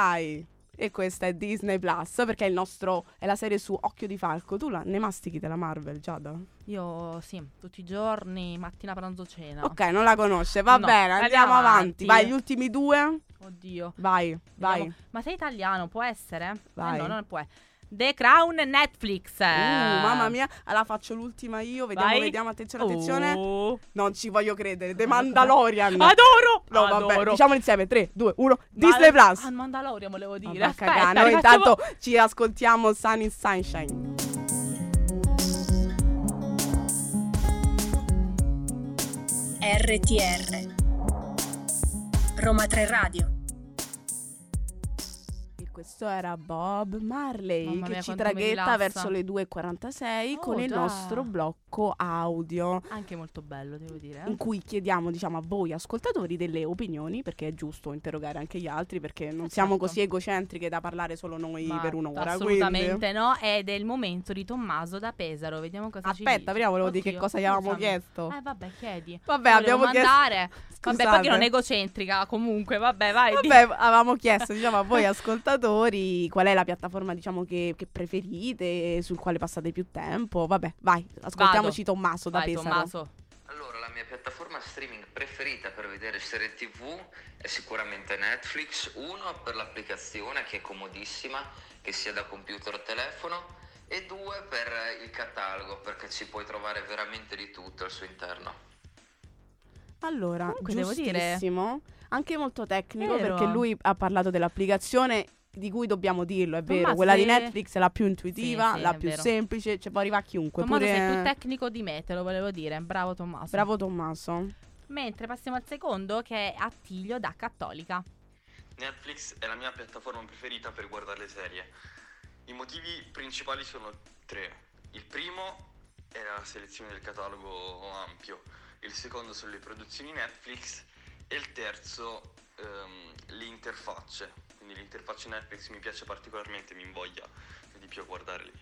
Speaker 3: E questa è Disney Plus perché è il nostro è la serie su Occhio di Falco. Tu la, ne mastichi della Marvel, Giada?
Speaker 2: Io sì, tutti i giorni, mattina, pranzo, cena.
Speaker 3: Ok, non la conosce. Va
Speaker 2: No,
Speaker 3: bene, andiamo
Speaker 2: andiamo
Speaker 3: avanti.
Speaker 2: avanti.
Speaker 3: Vai, gli ultimi due.
Speaker 2: Oddio.
Speaker 3: Vai, vai.
Speaker 2: Vediamo- Ma sei italiano, può essere?
Speaker 3: Vai.
Speaker 2: Eh, no, non può. The Crown Netflix.
Speaker 3: Uh, mamma mia, allora faccio l'ultima io. Vediamo,
Speaker 2: Eh. Vai.
Speaker 3: vediamo. Attenzione, attenzione.
Speaker 2: Oh.
Speaker 3: Non ci voglio credere. The Mandalorian.
Speaker 2: Adoro!
Speaker 3: No,
Speaker 2: Adoro.
Speaker 3: vabbè, diciamo insieme 3, 2, 1 Disney Plus
Speaker 2: Ah, Mandalorian volevo
Speaker 3: Vabbè,
Speaker 2: dire. Aspetta,
Speaker 3: cagà, noi
Speaker 2: rifacciamo-
Speaker 3: intanto ci ascoltiamo Sun in Sunshine.
Speaker 4: RTR Roma 3 Radio
Speaker 3: E questo era Bob Marley
Speaker 2: Mamma
Speaker 3: che
Speaker 2: mia,
Speaker 3: ci
Speaker 2: quanto mi
Speaker 3: traghetta
Speaker 2: rilassa.
Speaker 3: verso le 2.46
Speaker 2: Oh,
Speaker 3: con il
Speaker 2: già. Eh?
Speaker 3: nostro blocco audio.
Speaker 2: Anche molto bello, devo dire. eh.
Speaker 3: In cui chiediamo diciamo, a voi ascoltatori delle opinioni, perché è giusto interrogare anche gli altri, perché non
Speaker 2: Eh,
Speaker 3: siamo
Speaker 2: certo.
Speaker 3: così egocentriche da parlare solo noi
Speaker 2: Ma
Speaker 3: per un'ora.
Speaker 2: Assolutamente
Speaker 3: quindi-
Speaker 2: no. Ed è il momento di Tommaso da Pesaro. Vediamo cosa ci dice.
Speaker 3: Aspetta, prima volevo dire che
Speaker 2: Oddio,
Speaker 3: cosa gli avevamo
Speaker 2: scusami.
Speaker 3: chiesto.
Speaker 2: Eh, vabbè, chiedi.
Speaker 3: Vabbè,
Speaker 2: Volevo
Speaker 3: abbiamo chiesto-
Speaker 2: mandare. Vabbè, poi
Speaker 3: Scusate.
Speaker 2: che non è egocentrica. Comunque, vabbè, vai. di-
Speaker 3: Vabbè, avevamo chiesto diciamo, a voi ascoltatori qual è la piattaforma diciamo, che, che preferite, sul quale passate più tempo. Vabbè, vai, ascoltiamoci Tommaso da
Speaker 2: Vai,
Speaker 3: Pesaro.
Speaker 2: Tommaso.
Speaker 7: Allora, la mia piattaforma streaming preferita per vedere serie TV è sicuramente Netflix, uno per l'applicazione che è comodissima, che sia da computer o telefono, e due per il catalogo, perché ci puoi trovare veramente di tutto al suo interno.
Speaker 3: Allora,
Speaker 2: Comunque devo dire-
Speaker 3: giustissimo, anche molto tecnico
Speaker 2: Vero.
Speaker 3: perché lui ha parlato dell'applicazione di cui dobbiamo dirlo, è vero,
Speaker 2: Tommaso,
Speaker 3: quella di
Speaker 2: se-
Speaker 3: Netflix è la più intuitiva,
Speaker 2: Sì, sì,
Speaker 3: la
Speaker 2: è
Speaker 3: più
Speaker 2: vero.
Speaker 3: semplice, cioè può arrivare chiunque.
Speaker 2: Tommaso
Speaker 3: pure-
Speaker 2: sei più tecnico di me, te lo volevo dire. Bravo Tommaso.
Speaker 3: Bravo Tommaso.
Speaker 2: Mentre passiamo al secondo che è Attilio da Cattolica.
Speaker 8: Netflix è la mia piattaforma preferita per guardare le serie. I motivi principali sono tre. Il primo è la selezione del catalogo ampio, il secondo sono le produzioni Netflix e il terzo ehm, le interfacce. Quindi l'interfaccia Netflix mi piace particolarmente, mi invoglia di più a guardarli.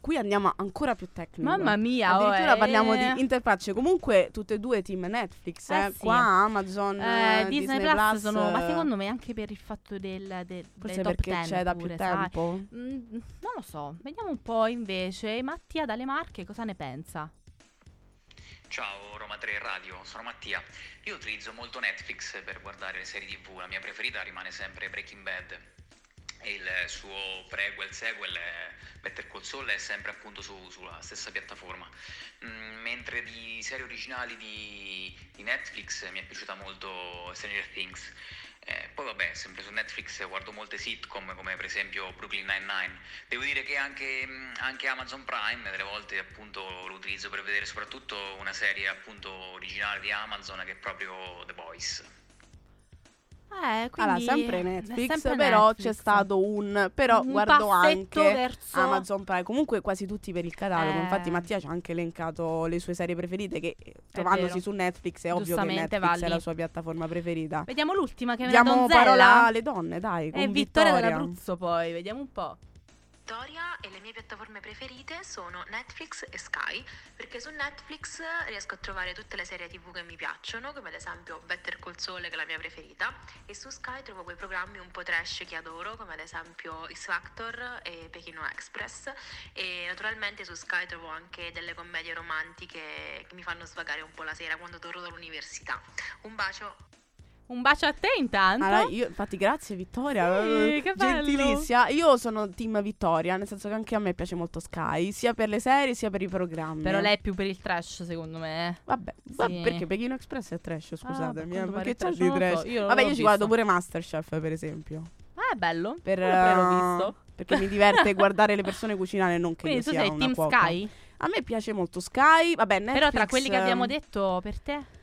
Speaker 3: qui andiamo ancora più tecnico.
Speaker 2: Mamma mia, oh,
Speaker 3: Addirittura
Speaker 2: eh.
Speaker 3: parliamo di interfacce. Comunque, tutte e due team Netflix.
Speaker 2: Eh
Speaker 3: Eh,
Speaker 2: sì.
Speaker 3: Qua Amazon,
Speaker 2: Eh,
Speaker 3: eh,
Speaker 2: Disney, Plus, sono, ma secondo me anche per il fatto del, del- dei
Speaker 3: Forse
Speaker 2: top
Speaker 3: perché
Speaker 2: 10
Speaker 3: c'è da più
Speaker 2: pure, sai.
Speaker 3: tempo.
Speaker 2: Mm, non lo so, vediamo un po' invece. Mattia dalle Marche cosa ne pensa?
Speaker 9: Ciao Roma 3 Radio, sono Mattia. Io utilizzo molto Netflix per guardare le serie TV, la mia preferita rimane sempre Breaking Bad. E il suo prequel, sequel, eh, Better Call Saul è sempre appunto su- sulla stessa piattaforma. Mm, mentre di serie originali di, di Netflix mi è piaciuta molto Stranger Things. Eh, poi vabbè, sempre su Netflix guardo molte sitcom come per esempio Brooklyn Nine-Nine. Devo dire che anche, mh, anche Amazon Prime delle volte appunto lo utilizzo per vedere soprattutto una serie appunto originale di Amazon che è proprio The Boys.
Speaker 2: Eh, quindi
Speaker 3: Allora, sempre
Speaker 2: eh,
Speaker 3: Netflix,
Speaker 2: sempre
Speaker 3: però c'è
Speaker 2: Netflix.
Speaker 3: stato un... Però
Speaker 2: Un
Speaker 3: guardo
Speaker 2: passetto
Speaker 3: anche
Speaker 2: verso-
Speaker 3: Amazon Prime, comunque quasi tutti per il catalogo.
Speaker 2: Eh.
Speaker 3: Infatti Mattia ci ha anche elencato le sue serie preferite che eh,
Speaker 2: vero.
Speaker 3: trovandosi su Netflix è ovvio che
Speaker 2: Giustamente
Speaker 3: Netflix
Speaker 2: va
Speaker 3: è la
Speaker 2: lì.
Speaker 3: sua piattaforma preferita.
Speaker 2: Vediamo l'ultima che è una
Speaker 3: Diamo
Speaker 2: donzella.
Speaker 3: parola alle donne, dai, con
Speaker 2: e Vittoria dell'Abruzzo poi, vediamo un po'.
Speaker 10: Vittoria e le mie piattaforme preferite sono Netflix e Sky, perché su Netflix riesco a trovare tutte le serie TV che mi piacciono, come ad esempio Better Call Saul che è la mia preferita, e su Sky trovo quei programmi un po' trash che adoro, come ad esempio X Factor e Pechino Express, e naturalmente su Sky trovo anche delle commedie romantiche che mi fanno svagare un po' la sera quando torno dall'università. Un bacio!
Speaker 2: Un bacio a te intanto.
Speaker 3: Allora, io, infatti, grazie Vittoria. Ehm,
Speaker 2: Sì, che bello.
Speaker 3: Gentilissima. Io sono team Vittoria, nel senso che anche a me piace molto Sky, sia per le serie sia per i programmi.
Speaker 2: Però lei è più per il trash secondo me. eh.
Speaker 3: Vabbè, va-
Speaker 2: Sì.
Speaker 3: perché Pechino Express è trash, scusatami.
Speaker 2: per
Speaker 3: eh,
Speaker 2: quanto pare è
Speaker 3: perché c'è di
Speaker 2: trash, non lo
Speaker 3: trash?
Speaker 2: so, io non
Speaker 3: Vabbè,
Speaker 2: l'ho
Speaker 3: io ci guardo
Speaker 2: visto.
Speaker 3: pure Masterchef, per esempio.
Speaker 2: Ah, è bello.
Speaker 3: Per,
Speaker 2: Quello pure l'ho
Speaker 3: eh,
Speaker 2: visto.
Speaker 3: Perché mi diverte guardare le persone cucinare, non che
Speaker 2: Quindi
Speaker 3: io
Speaker 2: tu
Speaker 3: sia
Speaker 2: sei
Speaker 3: una
Speaker 2: Team
Speaker 3: cuoca. Eh,
Speaker 2: Sky?
Speaker 3: A me piace molto Sky, vabbè, Netflix.
Speaker 2: Però tra quelli che abbiamo
Speaker 3: ehm,
Speaker 2: detto per te?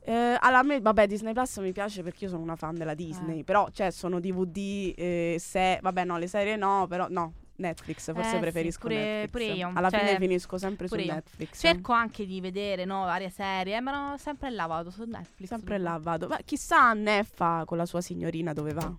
Speaker 3: Eh, alla me, vabbè, Disney Plus mi piace perché io sono una fan della
Speaker 2: Eh.
Speaker 3: Disney. Però, cioè, sono DVD, eh, se, vabbè, no, le serie no, però no. Netflix,
Speaker 2: Eh,
Speaker 3: forse
Speaker 2: sì,
Speaker 3: preferisco
Speaker 2: pure-
Speaker 3: Netflix.
Speaker 2: pure io,
Speaker 3: Alla
Speaker 2: cioè,
Speaker 3: fine finisco sempre su
Speaker 2: pure io.
Speaker 3: Netflix.
Speaker 2: Cerco anche di vedere no, varie serie, eh, ma no, sempre là vado su Netflix.
Speaker 3: Sempre là vado. Ma chissà Neffa con la sua signorina dove va.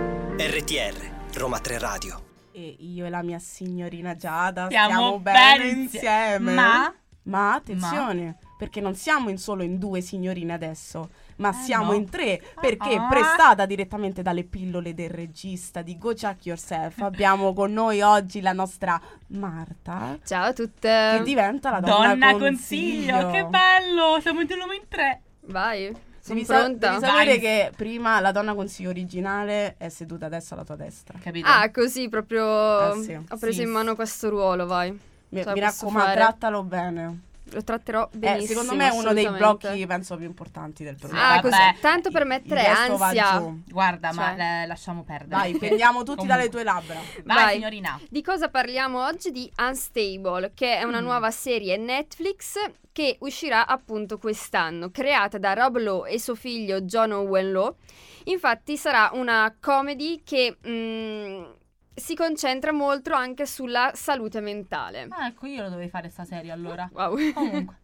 Speaker 11: RTR Roma 3 Radio.
Speaker 3: E io e la mia signorina Giada
Speaker 2: Stiamo
Speaker 3: stiamo,
Speaker 2: bene
Speaker 3: bene
Speaker 2: insie-
Speaker 3: insieme.
Speaker 2: ma-
Speaker 3: Ma attenzione, perché non siamo in solo in due signorine adesso, ma siamo
Speaker 2: Eh, no.
Speaker 3: in tre, perché
Speaker 2: ah.
Speaker 3: prestata direttamente dalle pillole del regista di Go Chuck Yourself, abbiamo con noi oggi la nostra Marta,
Speaker 12: Ciao a
Speaker 3: che
Speaker 12: tutte.
Speaker 3: diventa la donna,
Speaker 2: Donna consiglio. che bello! Siamo in nome in tre.
Speaker 12: Vai, sono
Speaker 3: Devi, sa-
Speaker 12: pronta.
Speaker 3: devi sapere che prima la donna consiglio originale è seduta adesso alla tua destra.
Speaker 2: Capito?
Speaker 12: Ah, così proprio
Speaker 3: Eh, sì.
Speaker 12: ho preso
Speaker 3: Sì,
Speaker 12: in mano questo ruolo, vai.
Speaker 3: Mi,
Speaker 12: Cioè,
Speaker 3: mi
Speaker 12: posso
Speaker 3: raccomando,
Speaker 12: fare-
Speaker 3: trattalo bene.
Speaker 12: Lo tratterò benissimo.
Speaker 3: Eh, secondo me è uno dei
Speaker 12: assolutamente.
Speaker 3: blocchi, penso, più importanti del programma.
Speaker 12: Ah,
Speaker 2: Vabbè.
Speaker 12: così. Tanto per
Speaker 3: Il
Speaker 12: mettere
Speaker 3: resto va
Speaker 12: ansia.
Speaker 3: giù.
Speaker 2: Guarda,
Speaker 12: ma
Speaker 2: ma lasciamo perdere.
Speaker 3: Dai, prendiamo tutti dalle tue labbra.
Speaker 2: Vai,
Speaker 12: Vai.
Speaker 2: signorina.
Speaker 12: Di cosa parliamo oggi? Di Unstable, che è una
Speaker 2: Mm.
Speaker 12: nuova serie Netflix che uscirà appunto quest'anno, creata da Rob Lowe e suo figlio John Owen Lowe. Infatti sarà una comedy che mm, si concentra molto anche sulla salute mentale.
Speaker 2: Ah, ecco, io lo dovevo fare sta serie allora.
Speaker 12: Wow.
Speaker 2: Comunque.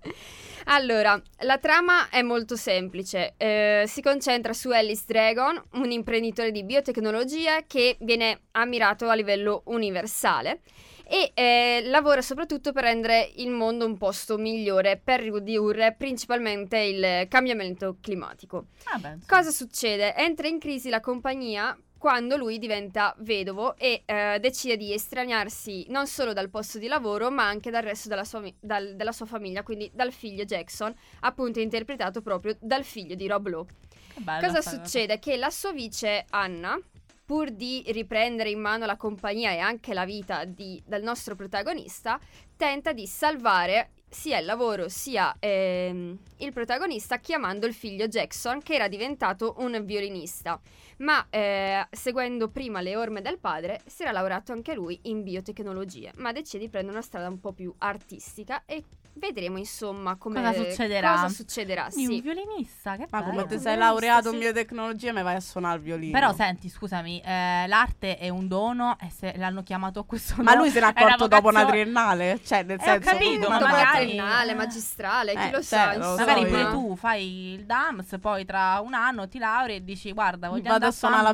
Speaker 12: allora, la trama è molto semplice. Eh, si concentra su Alice Dragon, un imprenditore di biotecnologia che viene ammirato a livello universale e eh, lavora soprattutto per rendere il mondo un posto migliore per ridurre principalmente il cambiamento climatico.
Speaker 2: Vabbè, Ah, insomma.
Speaker 12: Cosa succede? Entra in crisi la compagnia quando lui diventa vedovo e eh, decide di estraniarsi non solo dal posto di lavoro ma anche dal resto della sua, mi- dal- della sua famiglia, quindi dal figlio Jackson, appunto interpretato proprio dal figlio di Rob Lowe.
Speaker 2: Che bella
Speaker 12: Cosa
Speaker 2: sta
Speaker 12: succede? Che la sua vice Anna, pur di riprendere in mano la compagnia e anche la vita di- del nostro protagonista, tenta di salvare sia il lavoro sia ehm, il protagonista chiamando il figlio Jackson che era diventato un violinista ma eh, seguendo prima le orme del padre si era laureato anche lui in biotecnologie ma decide di prendere una strada un po' più artistica e Vedremo insomma come
Speaker 2: Cosa succederà?
Speaker 12: cosa succederà,
Speaker 2: Quindi
Speaker 12: sì.
Speaker 2: Un violinista, che
Speaker 3: Ma come
Speaker 2: bello.
Speaker 3: ti sei laureato in biotecnologia e mi vai a suonare il violino?
Speaker 2: Però senti, scusami, eh, l'arte è un dono e se l'hanno chiamato a questo
Speaker 3: Ma
Speaker 2: no-
Speaker 3: lui se n'è
Speaker 2: è una
Speaker 3: accorto dopo una
Speaker 2: vocazione-
Speaker 3: triennale? Cioè, nel
Speaker 2: Eh, ho
Speaker 3: senso.
Speaker 2: capito,
Speaker 3: tu-
Speaker 2: ma
Speaker 3: dopo-
Speaker 2: magari- certo,
Speaker 12: Triennale, magistrale, chi
Speaker 3: Eh,
Speaker 12: lo
Speaker 3: cioè,
Speaker 12: sa,
Speaker 3: lo
Speaker 12: insomma.
Speaker 2: Magari
Speaker 3: so
Speaker 2: pure
Speaker 3: io.
Speaker 2: tu fai il DAMS, poi tra un anno ti laurei e dici guarda voglio
Speaker 3: Vado
Speaker 2: andare
Speaker 3: a suonare la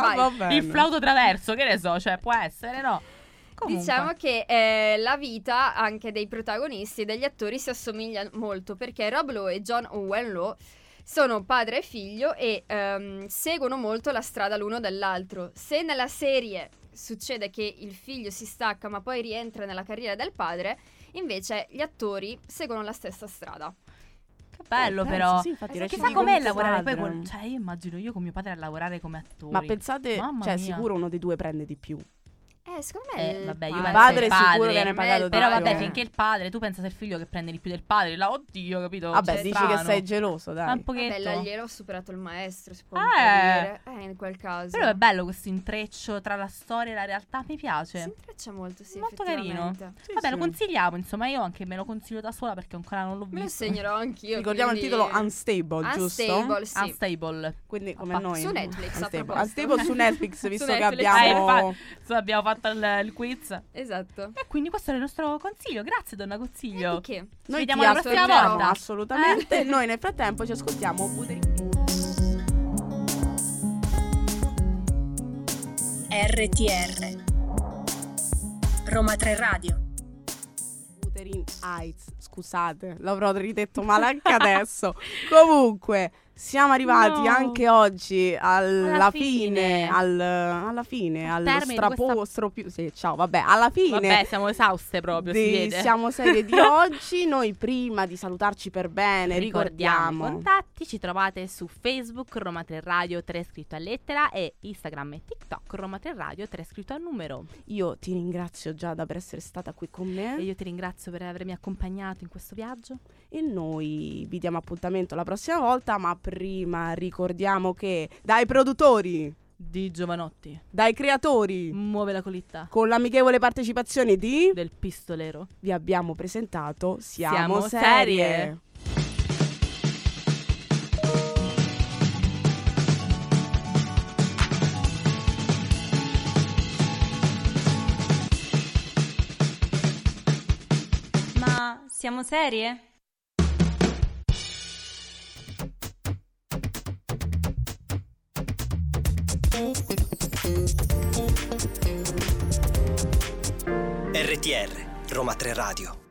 Speaker 2: Vai.
Speaker 3: va bene.
Speaker 2: Il flauto traverso, che ne so, cioè può essere, no? Comunque.
Speaker 12: Diciamo che eh, la vita anche dei protagonisti e degli attori si assomiglia molto perché Rob Lowe e John Owen Lowe sono padre e figlio e ehm, seguono molto la strada l'uno dell'altro. Se nella serie succede che il figlio si stacca ma poi rientra nella carriera del padre, invece gli attori seguono la stessa strada.
Speaker 2: Che bello
Speaker 3: Eh, penso,
Speaker 2: però.
Speaker 3: sì, infatti,
Speaker 2: Eh, chissà
Speaker 3: recidi
Speaker 2: com'è
Speaker 3: con
Speaker 2: lavorare poi
Speaker 3: Zadran.
Speaker 2: con... Cioè io immagino io con mio padre a lavorare come attore.
Speaker 3: Ma pensate,
Speaker 2: Mamma
Speaker 3: cioè,
Speaker 2: mia.
Speaker 3: sicuro uno dei due prende di più.
Speaker 12: Eh, secondo me...
Speaker 2: Eh,
Speaker 12: il
Speaker 2: vabbè, io
Speaker 12: padre-
Speaker 2: penso
Speaker 3: padre
Speaker 2: il
Speaker 3: sicuro
Speaker 2: padre.
Speaker 3: viene pagato
Speaker 2: Però
Speaker 3: di più,
Speaker 2: vabbè,
Speaker 3: eh.
Speaker 2: finché il padre, tu pensa del figlio che prende di più del padre, là oddio, capito?
Speaker 3: Vabbè,
Speaker 2: Cioè,
Speaker 3: dici
Speaker 2: strano.
Speaker 3: che sei geloso, dai.
Speaker 2: Ma un
Speaker 12: Vabbè,
Speaker 2: pochetto.
Speaker 12: l'allievo ha superato il maestro, si può
Speaker 2: Eh.
Speaker 12: anche dire. Eh, in quel caso.
Speaker 2: Però è bello questo intreccio tra la storia e la realtà, mi piace.
Speaker 12: Si intreccia molto, sì,
Speaker 2: Molto carino.
Speaker 12: effettivamente.
Speaker 2: Vabbè,
Speaker 3: sì.
Speaker 2: lo consigliamo, insomma, io anche me lo consiglio da sola perché ancora non l'ho
Speaker 12: Me lo
Speaker 2: visto.
Speaker 12: segnerò anch'io.
Speaker 3: Ricordiamo il
Speaker 12: quindi-
Speaker 3: titolo Unstable, giusto?
Speaker 12: Unstable, sì.
Speaker 2: Unstable.
Speaker 3: Quindi come
Speaker 2: Papà.
Speaker 3: noi.
Speaker 12: Su Netflix, a
Speaker 3: Unstable.
Speaker 12: proposito.
Speaker 3: Unstable su Netflix,
Speaker 12: Su
Speaker 3: visto
Speaker 12: Netflix.
Speaker 3: che
Speaker 2: Eh,
Speaker 3: abbiamo...
Speaker 2: infa- insomma, abbiamo fatto il, il quiz. E
Speaker 12: Esatto.
Speaker 2: quindi questo era il nostro consiglio. Grazie, donna
Speaker 12: E
Speaker 2: Consiglio.
Speaker 12: Eh, di che?
Speaker 2: Ci
Speaker 3: Noi
Speaker 2: vediamo
Speaker 3: ti
Speaker 2: la prossima
Speaker 3: aspettiamo,
Speaker 2: volta.
Speaker 3: Assolutamente.
Speaker 12: Eh.
Speaker 3: Noi nel frattempo ci ascoltiamo Buderino.
Speaker 4: RTR Roma 3 Radio.
Speaker 3: Wuthering Heights, scusate, l'avrò ridetto male anche adesso. Comunque, siamo arrivati
Speaker 2: No.
Speaker 3: anche oggi alla,
Speaker 2: Alla
Speaker 3: fine,
Speaker 2: fine.
Speaker 3: al- alla fine, al
Speaker 2: termine di
Speaker 3: strapo,
Speaker 2: questa-
Speaker 3: stropi- sì, ciao, vabbè, alla fine.
Speaker 2: Vabbè, siamo esauste proprio, si
Speaker 3: di
Speaker 2: vede.
Speaker 3: Siamo serie di oggi, noi prima di salutarci per bene
Speaker 2: Ricordiamo
Speaker 3: ricordiamo,
Speaker 2: i contatti, ci trovate su Facebook Roma 3 Radio 3 scritto a lettera e Instagram e TikTok Roma 3 Radio 3 scritto a numero.
Speaker 3: io ti ringrazio Giada per essere stata qui con me
Speaker 2: E io ti ringrazio per avermi accompagnato in questo viaggio.
Speaker 3: E noi vi diamo appuntamento la prossima volta, ma prima ricordiamo che dai produttori,
Speaker 2: Di Giovanotti,
Speaker 3: dai creatori,
Speaker 2: muove la colitta
Speaker 3: con l'amichevole partecipazione di...
Speaker 2: del pistolero.
Speaker 3: Vi abbiamo presentato Siamo,
Speaker 2: Siamo
Speaker 3: serie.
Speaker 2: serie.
Speaker 13: Ma siamo serie?
Speaker 11: RTR Roma 3 Radio.